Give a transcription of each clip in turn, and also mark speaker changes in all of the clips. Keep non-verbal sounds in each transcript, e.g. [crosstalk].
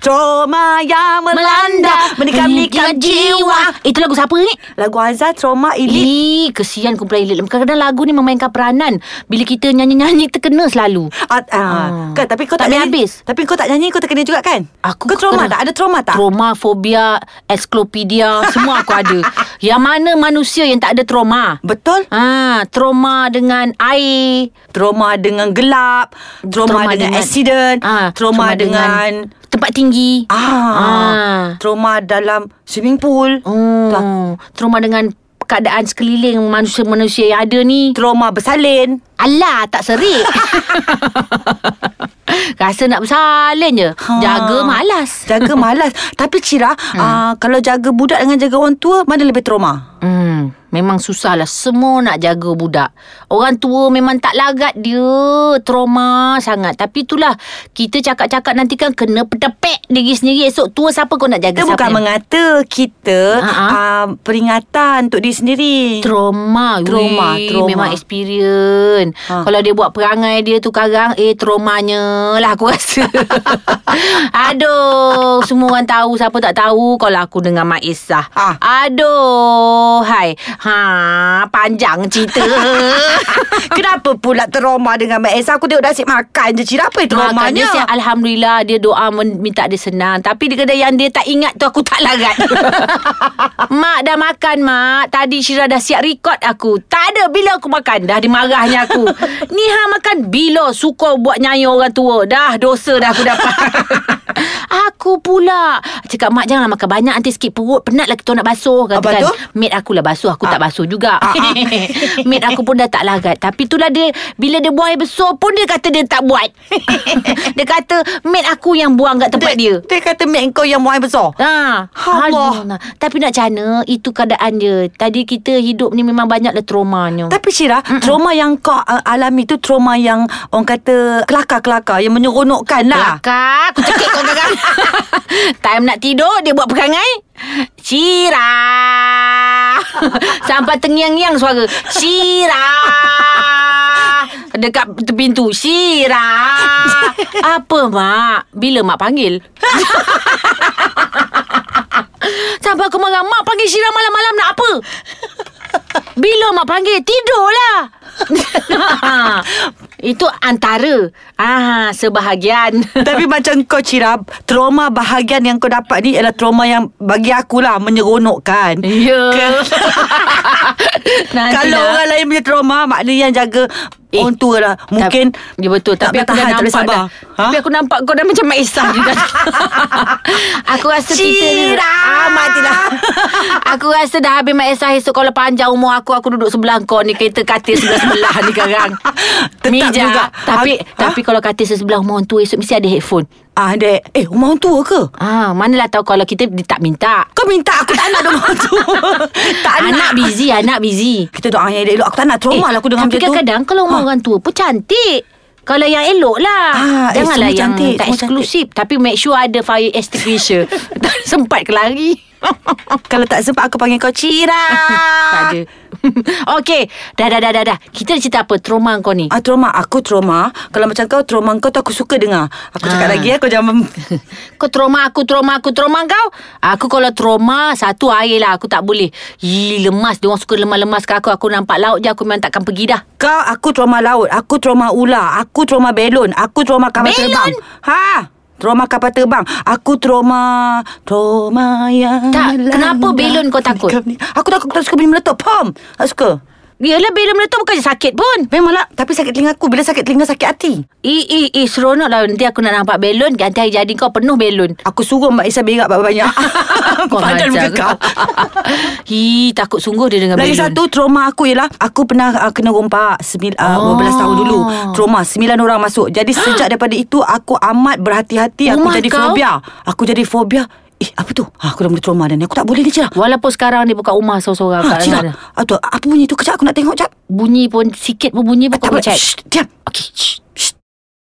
Speaker 1: Trauma yang melanda Menikam-nikam jiwa
Speaker 2: Itu lagu siapa ni?
Speaker 1: Lagu Azhar Trauma Elite
Speaker 2: Ih, kesian kumpulan Elite. Kadang-kadang lagu ni memainkan peranan. Bila kita nyanyi-nyanyi terkena selalu.
Speaker 1: Ah, ah. Kan, tapi kau tak,
Speaker 2: Tak boleh
Speaker 1: nyanyi,
Speaker 2: habis.
Speaker 1: Tapi kau tak nyanyi kau terkena juga kan?
Speaker 2: Aku
Speaker 1: kau trauma
Speaker 2: kena-
Speaker 1: tak? Ada trauma tak?
Speaker 2: Trauma, fobia, esklopedia, semua aku
Speaker 1: [laughs]
Speaker 2: ada. Yang mana manusia yang tak ada trauma?
Speaker 1: Betul?
Speaker 2: Ah, trauma dengan air,
Speaker 1: Trauma dengan gelap, trauma, dengan, accident,
Speaker 2: ah,
Speaker 1: trauma, dengan,
Speaker 2: tempat tinggi.
Speaker 1: ah,
Speaker 2: Ah.
Speaker 1: trauma dalam swimming pool, lah.
Speaker 2: Oh, trauma dengan keadaan sekeliling manusia-manusia yang ada ni.
Speaker 1: trauma bersalin.
Speaker 2: Alah, tak [laughs] serik. Rasa nak bersalin je. Jaga malas. [laughs]
Speaker 1: Jaga malas. tapi Cira,
Speaker 2: Hmm.
Speaker 1: ah, kalau jaga budak dengan jaga orang tua, mana lebih trauma?
Speaker 2: Hmm, memang susah lah. Semua nak jaga budak. Orang tua memang tak larat dia. Trauma sangat. Tapi itulah, kita cakap-cakap nanti kan kena petepek diri sendiri. Esok tua siapa kau nak jaga?
Speaker 1: Kita
Speaker 2: siapa
Speaker 1: bukan
Speaker 2: yang-
Speaker 1: mengata kita
Speaker 2: Ah, ah.
Speaker 1: ah, peringatan untuk diri sendiri.
Speaker 2: Trauma
Speaker 1: Trauma,
Speaker 2: Weh,
Speaker 1: trauma.
Speaker 2: Memang experience
Speaker 1: Ha.
Speaker 2: ha. Kalau dia buat perangai dia tu karang Eh traumanya lah aku [laughs] rasa Aduh Semua orang tahu Siapa tak tahu Kalau aku dengan Mak Isah
Speaker 1: Ha.
Speaker 2: Aduh Hai ha, Panjang cerita [laughs]
Speaker 1: Kenapa pula trauma dengan Mak Esa? Aku tengok dah asyik makan je Cira. Apa yang
Speaker 2: Mak
Speaker 1: traumanya?
Speaker 2: dia siap, Alhamdulillah Dia doa men- minta dia senang Tapi dia kata yang dia tak ingat tu Aku tak
Speaker 1: [laughs]
Speaker 2: larat Mak dah makan mak Tadi Syirah dah siap record aku Tak ada bila aku makan Dah dimarahnya
Speaker 1: [laughs]
Speaker 2: aku Ni ha makan bila Suka buat nyanyi orang tua Dah dosa dah aku
Speaker 1: [laughs]
Speaker 2: dapat Aku pula Cakap mak janganlah makan banyak Nanti sikit perut Penat lah kita nak basuh Kata
Speaker 1: Apa
Speaker 2: kan
Speaker 1: tu? Ah.
Speaker 2: Mate akulah basuh Aku tak basuh juga [laughs] Mate aku pun dah tak larat Tapi itulah dia Bila dia buang air besar pun Dia kata dia tak buat [laughs] Dia kata Mate aku yang buang kat tempat dia
Speaker 1: Dia kata mak kau yang muai besar.
Speaker 2: Ha,
Speaker 1: Allah.
Speaker 2: aduh, nah. Tapi nak cana Itu keadaan dia Tadi kita hidup ni Memang banyaklah traumanya
Speaker 1: Tapi Syira, Mm-mm. trauma yang kau uh, alami tu trauma yang orang kata kelakar-kelakar yang menyeronokkan lah.
Speaker 2: Kelakar Aku cekik kau sekarang Time nak tidur Dia buat perangai Cira Sampai tengiang-ngiang suara Cira Dekat pintu Cira Apa mak Bila mak panggil Sampai aku marah Mak panggil Syira malam-malam nak apa Bila mak panggil Tidurlah [laughs] Ha. Itu antara ah, Sebahagian
Speaker 1: [laughs] Tapi macam kau Cira, trauma bahagian yang kau dapat ni ialah trauma yang bagi akulah menyeronokkan.
Speaker 2: Ya [laughs] Nanti lah.
Speaker 1: Kalau
Speaker 2: dah.
Speaker 1: orang lain punya trauma, maknanya yang jaga eh, orang tua lah. Mungkin
Speaker 2: Ya betul
Speaker 1: tak
Speaker 2: Tapi aku
Speaker 1: boleh tahan,
Speaker 2: dah
Speaker 1: tak boleh
Speaker 2: nampak
Speaker 1: sabar. Ha?
Speaker 2: dah, Tapi aku nampak kau dah macam Mak Isah
Speaker 1: [laughs]
Speaker 2: juga Aku rasa kita ni
Speaker 1: Cira!
Speaker 2: Amat tidak [laughs] Aku rasa dah habis Mak Isah Esok kalau panjang umur aku Aku duduk sebelah kau ni Kereta katil sebelah-sebelah ni sekarang
Speaker 1: [laughs] Tetap juga. Ha?
Speaker 2: Tapi
Speaker 1: Aku-
Speaker 2: Tapi kalau katil sebelah umur tu Esok mesti ada headphone
Speaker 1: Ah, dek. Eh, rumah orang tua ke?
Speaker 2: Ah, manalah tahu kalau kita dia tak minta.
Speaker 1: Kau minta aku tak nak rumah
Speaker 2: [laughs]
Speaker 1: tua. tak nak.
Speaker 2: Anak busy, anak busy.
Speaker 1: Kita doa yang elok. Aku tak nak trauma lah aku dengan
Speaker 2: Eh, Tapi
Speaker 1: macam tu.
Speaker 2: kadang-kadang Kalau
Speaker 1: Ha.
Speaker 2: ha. orang tua pun cantik kalau yang elok lah
Speaker 1: Ah, eh,
Speaker 2: Janganlah
Speaker 1: semua
Speaker 2: yang
Speaker 1: cantik,
Speaker 2: tak
Speaker 1: semua
Speaker 2: eksklusif cantik. Tapi make sure ada fire
Speaker 1: [laughs]
Speaker 2: extinguisher Tak sempat ke lari [laughs]
Speaker 1: Ah, Kalau tak sempat aku panggil kau Cira.
Speaker 2: Tak ada [laughs] Okay Dah dah dah dah dah Kita dah cerita apa Trauma kau ni
Speaker 1: Ah, trauma Aku trauma Kalau macam kau Trauma kau tu aku suka dengar Aku cakap
Speaker 2: Ah.
Speaker 1: lagi ya Kau jangan
Speaker 2: [laughs]
Speaker 1: mem-
Speaker 2: [laughs] Kau trauma aku Trauma aku Trauma kau Aku kalau trauma Satu air lah Aku tak boleh Ih, Lemas Diorang suka lemas-lemas ke aku Aku nampak laut je Aku memang takkan pergi dah
Speaker 1: Kau aku trauma laut Aku trauma ular Aku trauma belon Aku trauma kapal
Speaker 2: Belon?
Speaker 1: terbang Ha Trauma kapal terbang Aku trauma Trauma yang
Speaker 2: Tak, kenapa
Speaker 1: melanda.
Speaker 2: belon kau takut?
Speaker 1: Aku takut Aku tak suka benda meletup Pom Tak suka
Speaker 2: Yelah bila meletup Bukan sakit pun
Speaker 1: Memanglah Tapi sakit telinga aku Bila sakit telinga sakit hati
Speaker 2: Eh, eh, eh, seronok lah nanti aku nak nampak belon. Ganti hari jadi kau penuh belon.
Speaker 1: Aku suruh Mbak Isa berak
Speaker 2: [laughs]
Speaker 1: banyak-banyak Pandai muka
Speaker 2: hajar.
Speaker 1: [laughs] kau
Speaker 2: [laughs] Hi, takut sungguh dia dengan
Speaker 1: Lagi
Speaker 2: belon.
Speaker 1: satu trauma aku ialah Aku pernah uh, kena rompak sembil, uh,
Speaker 2: Oh.
Speaker 1: 12 tahun dulu Trauma 9 orang masuk Jadi sejak daripada itu Aku amat berhati-hati Aku
Speaker 2: Rumah
Speaker 1: jadi
Speaker 2: kau?
Speaker 1: fobia Aku jadi fobia Eh apa tu ha, Aku dah mula trauma dah ni Aku tak boleh ni Cira
Speaker 2: Walaupun sekarang dia buka rumah seorang-seorang
Speaker 1: ha,
Speaker 2: kat
Speaker 1: Cira
Speaker 2: sana.
Speaker 1: Aduh, Apa bunyi tu kejap Aku nak tengok kejap
Speaker 2: Bunyi pun sikit pun bunyi pun
Speaker 1: Tak
Speaker 2: kau
Speaker 1: boleh
Speaker 2: cek.
Speaker 1: Shh, Diam
Speaker 2: Okey. shh.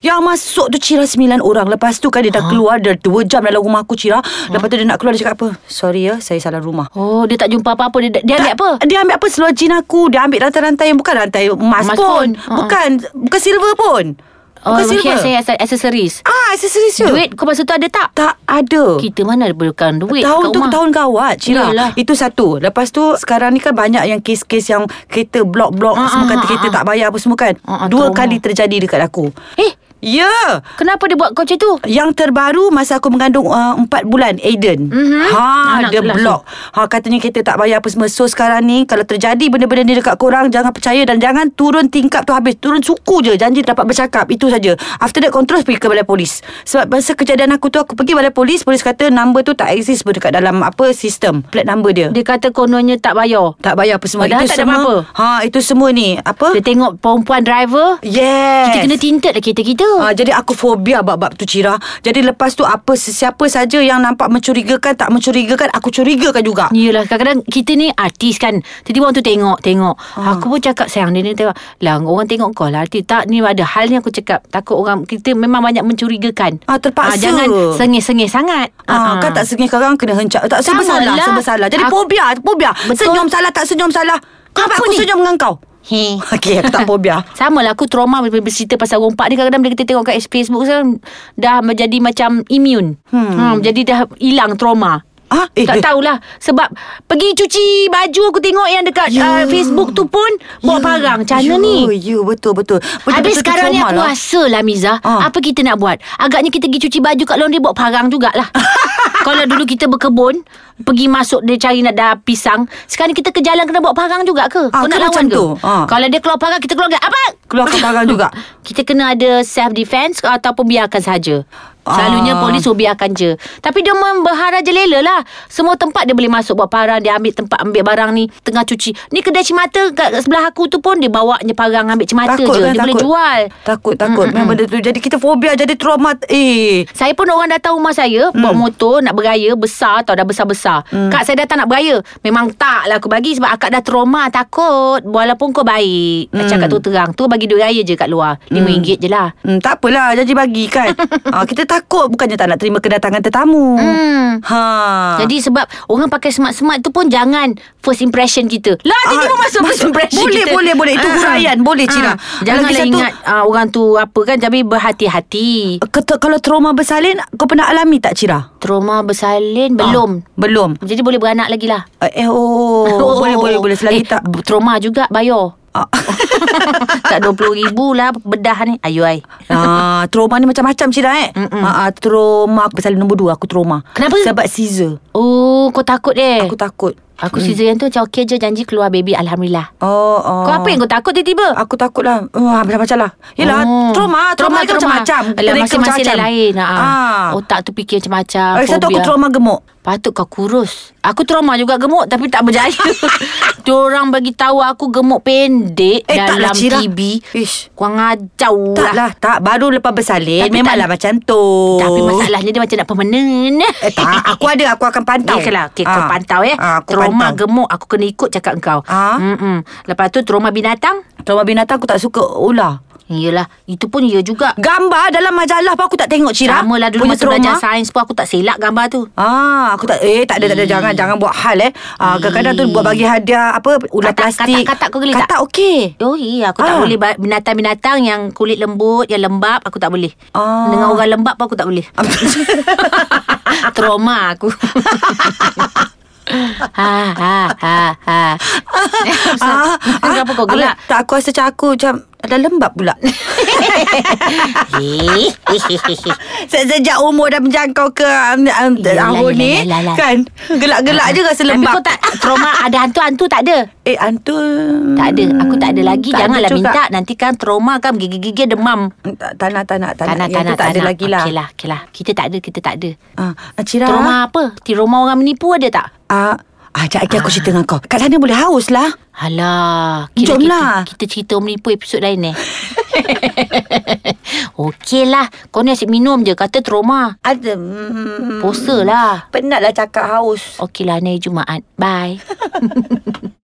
Speaker 1: Yang masuk tu Cira sembilan orang Lepas tu kan dia dah keluar Dah dua jam dalam rumah aku Cira Lepas tu dia nak keluar Dia cakap apa Sorry ya Saya salah rumah
Speaker 2: Oh, dia tak jumpa apa-apa. Dia, dia ambil apa?
Speaker 1: Dia ambil apa selojin aku Dia ambil rantai-rantai yang bukan rantai emas
Speaker 2: Emas
Speaker 1: pun,
Speaker 2: pun.
Speaker 1: pun.
Speaker 2: Ha-ha.
Speaker 1: Bukan Bukan silver pun
Speaker 2: Oh,
Speaker 1: Bukan silver
Speaker 2: mungkin saya accessories.
Speaker 1: Ah, accessories tu
Speaker 2: Duit kau masa tu ada tak?
Speaker 1: Tak ada
Speaker 2: Kita mana ada bukan duit
Speaker 1: tahun
Speaker 2: kat
Speaker 1: tu
Speaker 2: rumah.
Speaker 1: tahun gawat Cira
Speaker 2: Yelah.
Speaker 1: Itu satu Lepas tu sekarang ni kan banyak yang kes-kes yang Kereta blok-blok uh,
Speaker 2: Ah,
Speaker 1: Semua
Speaker 2: ah,
Speaker 1: kan
Speaker 2: ah,
Speaker 1: kereta
Speaker 2: ah.
Speaker 1: tak bayar apa semua kan
Speaker 2: Ah, ah,
Speaker 1: Dua
Speaker 2: trauma.
Speaker 1: kali terjadi dekat aku
Speaker 2: Eh,
Speaker 1: Ya yeah.
Speaker 2: kenapa dia buat kau macam tu?
Speaker 1: Yang terbaru masa aku mengandung uh, 4 bulan Aiden.
Speaker 2: Mhm.
Speaker 1: Ha
Speaker 2: Anak
Speaker 1: dia
Speaker 2: kelas
Speaker 1: blok. Ha katanya kita tak bayar apa semua. So sekarang ni kalau terjadi benda-benda ni dekat korang jangan percaya dan jangan turun tingkap tu habis. Turun suku je janji dapat bercakap. Itu saja. After that kau terus pergi ke balai polis. Sebab masa kejadian aku tu aku pergi balai polis, polis kata number tu tak exist pun dekat dalam apa sistem. Plate number dia. dia
Speaker 2: Dia kata kononnya tak bayar.
Speaker 1: tak bayar apa semua. itu
Speaker 2: Padahal tak ada
Speaker 1: semua.
Speaker 2: apa-apa.
Speaker 1: Ha itu semua ni apa?
Speaker 2: Dia tengok perempuan driver,
Speaker 1: Yes.
Speaker 2: kita kena tinted lah kereta kita.
Speaker 1: Ah, jadi aku fobia bab-bab tu Cira. Jadi lepas tu apa sesiapa saja yang nampak mencurigakan tak mencurigakan aku curigakan juga.
Speaker 2: Yelah kadang-kadang kita ni artis kan Tiba-tiba orang tu tengok Tengok
Speaker 1: Ah.
Speaker 2: Aku pun cakap sayang dia ni tengok Lah orang tengok kau lah artis Tak ni ada hal ni aku cakap Takut orang Kita memang banyak mencurigakan
Speaker 1: Ah, terpaksa.
Speaker 2: Jangan sengih-sengih sangat
Speaker 1: Ah, kan tak sengaja sekarang kena hencak. Tak
Speaker 2: Sama
Speaker 1: sebab salah,
Speaker 2: lah.
Speaker 1: sebab salah. Jadi
Speaker 2: Aku-
Speaker 1: fobia, fobia.
Speaker 2: Betul.
Speaker 1: Senyum salah tak senyum salah. Kenapa
Speaker 2: Apa
Speaker 1: aku
Speaker 2: ni?
Speaker 1: senyum dengan kau? [laughs]
Speaker 2: Hei.
Speaker 1: Okey, aku tak fobia.
Speaker 2: Sama lah aku trauma bila bercerita pasal rompak ni kadang-kadang bila kita tengok kat Facebook sekarang dah menjadi macam immune. Hmm. hmm jadi dah hilang trauma.
Speaker 1: Ah, eh,
Speaker 2: Eh, tak
Speaker 1: eh.
Speaker 2: tahulah Sebab Pergi cuci baju Aku tengok yang dekat yeah. uh, Facebook tu pun Bawa yeah. parang Macam mana
Speaker 1: Ya,
Speaker 2: ni
Speaker 1: Ya, betul betul. betul
Speaker 2: Habis
Speaker 1: betul,
Speaker 2: sekarang ni
Speaker 1: trauma
Speaker 2: aku
Speaker 1: lah.
Speaker 2: rasa lah Miza
Speaker 1: Ah.
Speaker 2: Apa kita nak buat Agaknya kita pergi cuci baju kat laundry Bawa parang jugalah
Speaker 1: [laughs]
Speaker 2: Kalau dulu kita berkebun Pergi masuk dia cari nak dah pisang Sekarang kita ke jalan kena bawa parang juga ke
Speaker 1: Ah,
Speaker 2: Kau
Speaker 1: kan
Speaker 2: nak lawan
Speaker 1: macam
Speaker 2: ke
Speaker 1: tu. Ah.
Speaker 2: Kalau dia keluar parang kita keluar ke Abang
Speaker 1: keluarkan barang
Speaker 2: [laughs]
Speaker 1: juga.
Speaker 2: kita kena ada self defense ataupun biarkan saja. Selalunya
Speaker 1: Ah.
Speaker 2: polis suruh biarkan je. Tapi dia membahara je lela lah. Semua tempat dia boleh masuk buat parang. Dia ambil tempat ambil barang ni. Tengah cuci. Ni kedai cemata kat sebelah aku tu pun dia bawanya parang ambil cemata
Speaker 1: Takut
Speaker 2: je.
Speaker 1: kan
Speaker 2: dia boleh
Speaker 1: takut.
Speaker 2: jual.
Speaker 1: Takut takut memang benda tu. Jadi kita fobia jadi trauma. Eh,
Speaker 2: Saya pun orang datang rumah saya Bawa
Speaker 1: Hmm.
Speaker 2: motor Nak beraya Besar tau Dah besar-besar Kak saya datang nak beraya Memang tak lah aku bagi Sebab akak dah trauma Takut Walaupun kau baik mm. Cakap tu terang Tu bagi duit raya je kat luar RM5 je lah
Speaker 1: Hmm, tak apalah janji bagi
Speaker 2: [laughs]
Speaker 1: kan. ha, kita takut bukannya tak nak terima kedatangan tetamu.
Speaker 2: Hmm.
Speaker 1: Ha.
Speaker 2: Jadi sebab orang pakai smart-smart tu pun jangan first impression kita. Lah tiba-tiba
Speaker 1: Ah,
Speaker 2: masuk first
Speaker 1: masuk.
Speaker 2: impression
Speaker 1: Boleh,
Speaker 2: kita.
Speaker 1: boleh, boleh. Itu
Speaker 2: Ah,
Speaker 1: huraian.
Speaker 2: ah.
Speaker 1: Boleh, Cira.
Speaker 2: Ah, Janganlah
Speaker 1: Lagi satu-
Speaker 2: ingat ah, orang tu apa kan tapi berhati-hati.
Speaker 1: Kata, kalau trauma bersalin Kau pernah alami tak Cira?
Speaker 2: Trauma bersalin belum.
Speaker 1: Ah, belum
Speaker 2: Jadi boleh beranak lagi lah.
Speaker 1: Eh, Eh oh,
Speaker 2: [laughs]
Speaker 1: oh Boleh boleh boleh Selagi
Speaker 2: eh,
Speaker 1: eh, tak
Speaker 2: b- Trauma juga
Speaker 1: [laughs]
Speaker 2: bayar.
Speaker 1: ah.
Speaker 2: tak RM20,000 lah bedah ni. Ayu ai.
Speaker 1: ah, Trauma ni macam-macam Cira eh
Speaker 2: Mm-mm.
Speaker 1: ah, ah, Trauma Aku bersalin nombor dua Aku trauma
Speaker 2: Kenapa?
Speaker 1: Sebab Caesar
Speaker 2: Oh kau takut eh.
Speaker 1: Aku takut
Speaker 2: Aku caesarean tu macam okey je janji keluar baby Alhamdulillah.
Speaker 1: Oh, oh.
Speaker 2: Kau apa yang kau takut tiba-tiba?
Speaker 1: Aku takut lah uh, Macam-macam lah Yelah
Speaker 2: Oh.
Speaker 1: oh. Trauma Trauma, trauma,
Speaker 2: trauma.
Speaker 1: macam-macam
Speaker 2: Alah,
Speaker 1: Mereka
Speaker 2: masing-masing
Speaker 1: macam-macam.
Speaker 2: lain-lain ha.
Speaker 1: ah.
Speaker 2: ah. Otak tu fikir macam-macam
Speaker 1: Lagi satu aku
Speaker 2: fobia.
Speaker 1: trauma gemuk
Speaker 2: Patut kau kurus Aku trauma juga gemuk Tapi tak
Speaker 1: [laughs]
Speaker 2: berjaya Diorang bagi tahu aku gemuk pendek
Speaker 1: Eh,
Speaker 2: Dalam
Speaker 1: taklah, Cira.
Speaker 2: TV
Speaker 1: Ish.
Speaker 2: Kau ngajau
Speaker 1: Tak lah Tak baru lepas bersalin
Speaker 2: Tapi tak-
Speaker 1: Memanglah macam tu
Speaker 2: Tapi masalahnya dia macam nak permanen
Speaker 1: Oh. Eh
Speaker 2: [laughs]
Speaker 1: tak, aku ada, aku akan pantau.
Speaker 2: Okay lah okay, Kau
Speaker 1: Ah.
Speaker 2: pantau eh
Speaker 1: Ah, aku
Speaker 2: Trauma
Speaker 1: pantau.
Speaker 2: gemuk Aku kena ikut cakap kau
Speaker 1: Ah.
Speaker 2: Mm-mm. Lepas tu trauma binatang
Speaker 1: Trauma binatang aku tak suka ular.
Speaker 2: Yelah Itu pun ya juga
Speaker 1: Gambar dalam majalah pun aku tak tengok Cira.
Speaker 2: Sama lah dulu
Speaker 1: Punya
Speaker 2: masa belajar sains pun Aku tak selak gambar tu
Speaker 1: Ah, aku tak eh tak ada tak
Speaker 2: Hmm.
Speaker 1: ada jangan jangan buat hal eh. Ah, kadang-kadang tu buat bagi hadiah apa ular
Speaker 2: Katak-
Speaker 1: plastik.
Speaker 2: katak- katak kau boleh tak?
Speaker 1: Katak okey.
Speaker 2: Oh iya aku tak
Speaker 1: Ah.
Speaker 2: boleh ba- binatang-binatang yang kulit lembut, yang lembap aku tak boleh.
Speaker 1: Ah.
Speaker 2: Dengan orang lembap pun aku tak boleh. [laughs] Trauma
Speaker 1: [laughs]
Speaker 2: aku. ha ha ha
Speaker 1: Ah,
Speaker 2: ha. Kenapa kau gelak?
Speaker 1: Tak aku rasa macam aku macam ada lembab pula.
Speaker 2: Eh,
Speaker 1: Se- Sejak umur dah menjangkau ke um, um,
Speaker 2: Yelah,
Speaker 1: tahun
Speaker 2: yelah,
Speaker 1: ni
Speaker 2: yelah, yelah.
Speaker 1: kan gelak-gelak je rasa
Speaker 2: ya. Ah, Tapi
Speaker 1: lembab.
Speaker 2: kau tak trauma ada hantu-hantu tak ada.
Speaker 1: eh antu
Speaker 2: Tak ada. Aku tak ada
Speaker 1: Hmm.
Speaker 2: lagi.
Speaker 1: tak ada
Speaker 2: Janganlah
Speaker 1: juga. Hmm,
Speaker 2: minta nanti kan trauma kan gigi-gigi demam.
Speaker 1: Tak- Tak nak, tak nak, tak
Speaker 2: Tak
Speaker 1: nak.
Speaker 2: nak,
Speaker 1: Yang tu
Speaker 2: tak nak,
Speaker 1: tak ada
Speaker 2: nak.
Speaker 1: lagi lah.
Speaker 2: Okey lah, okey lah. Kita tak ada, kita tak ada.
Speaker 1: Ah, Cira.
Speaker 2: Trauma apa? Trauma orang menipu ada tak?
Speaker 1: Ah, ah jap lagi aku cerita dengan kau. Kat sana boleh haus lah.
Speaker 2: Alah, kira
Speaker 1: Jom
Speaker 2: kita,
Speaker 1: lah.
Speaker 2: kita cerita menipu episod lain eh. [laughs] Okey lah, kau ni asyik minum je, kata trauma.
Speaker 1: Ada. Hmm,
Speaker 2: Posa lah.
Speaker 1: penatlah cakap haus.
Speaker 2: Okey lah, hari Jumaat. Bye.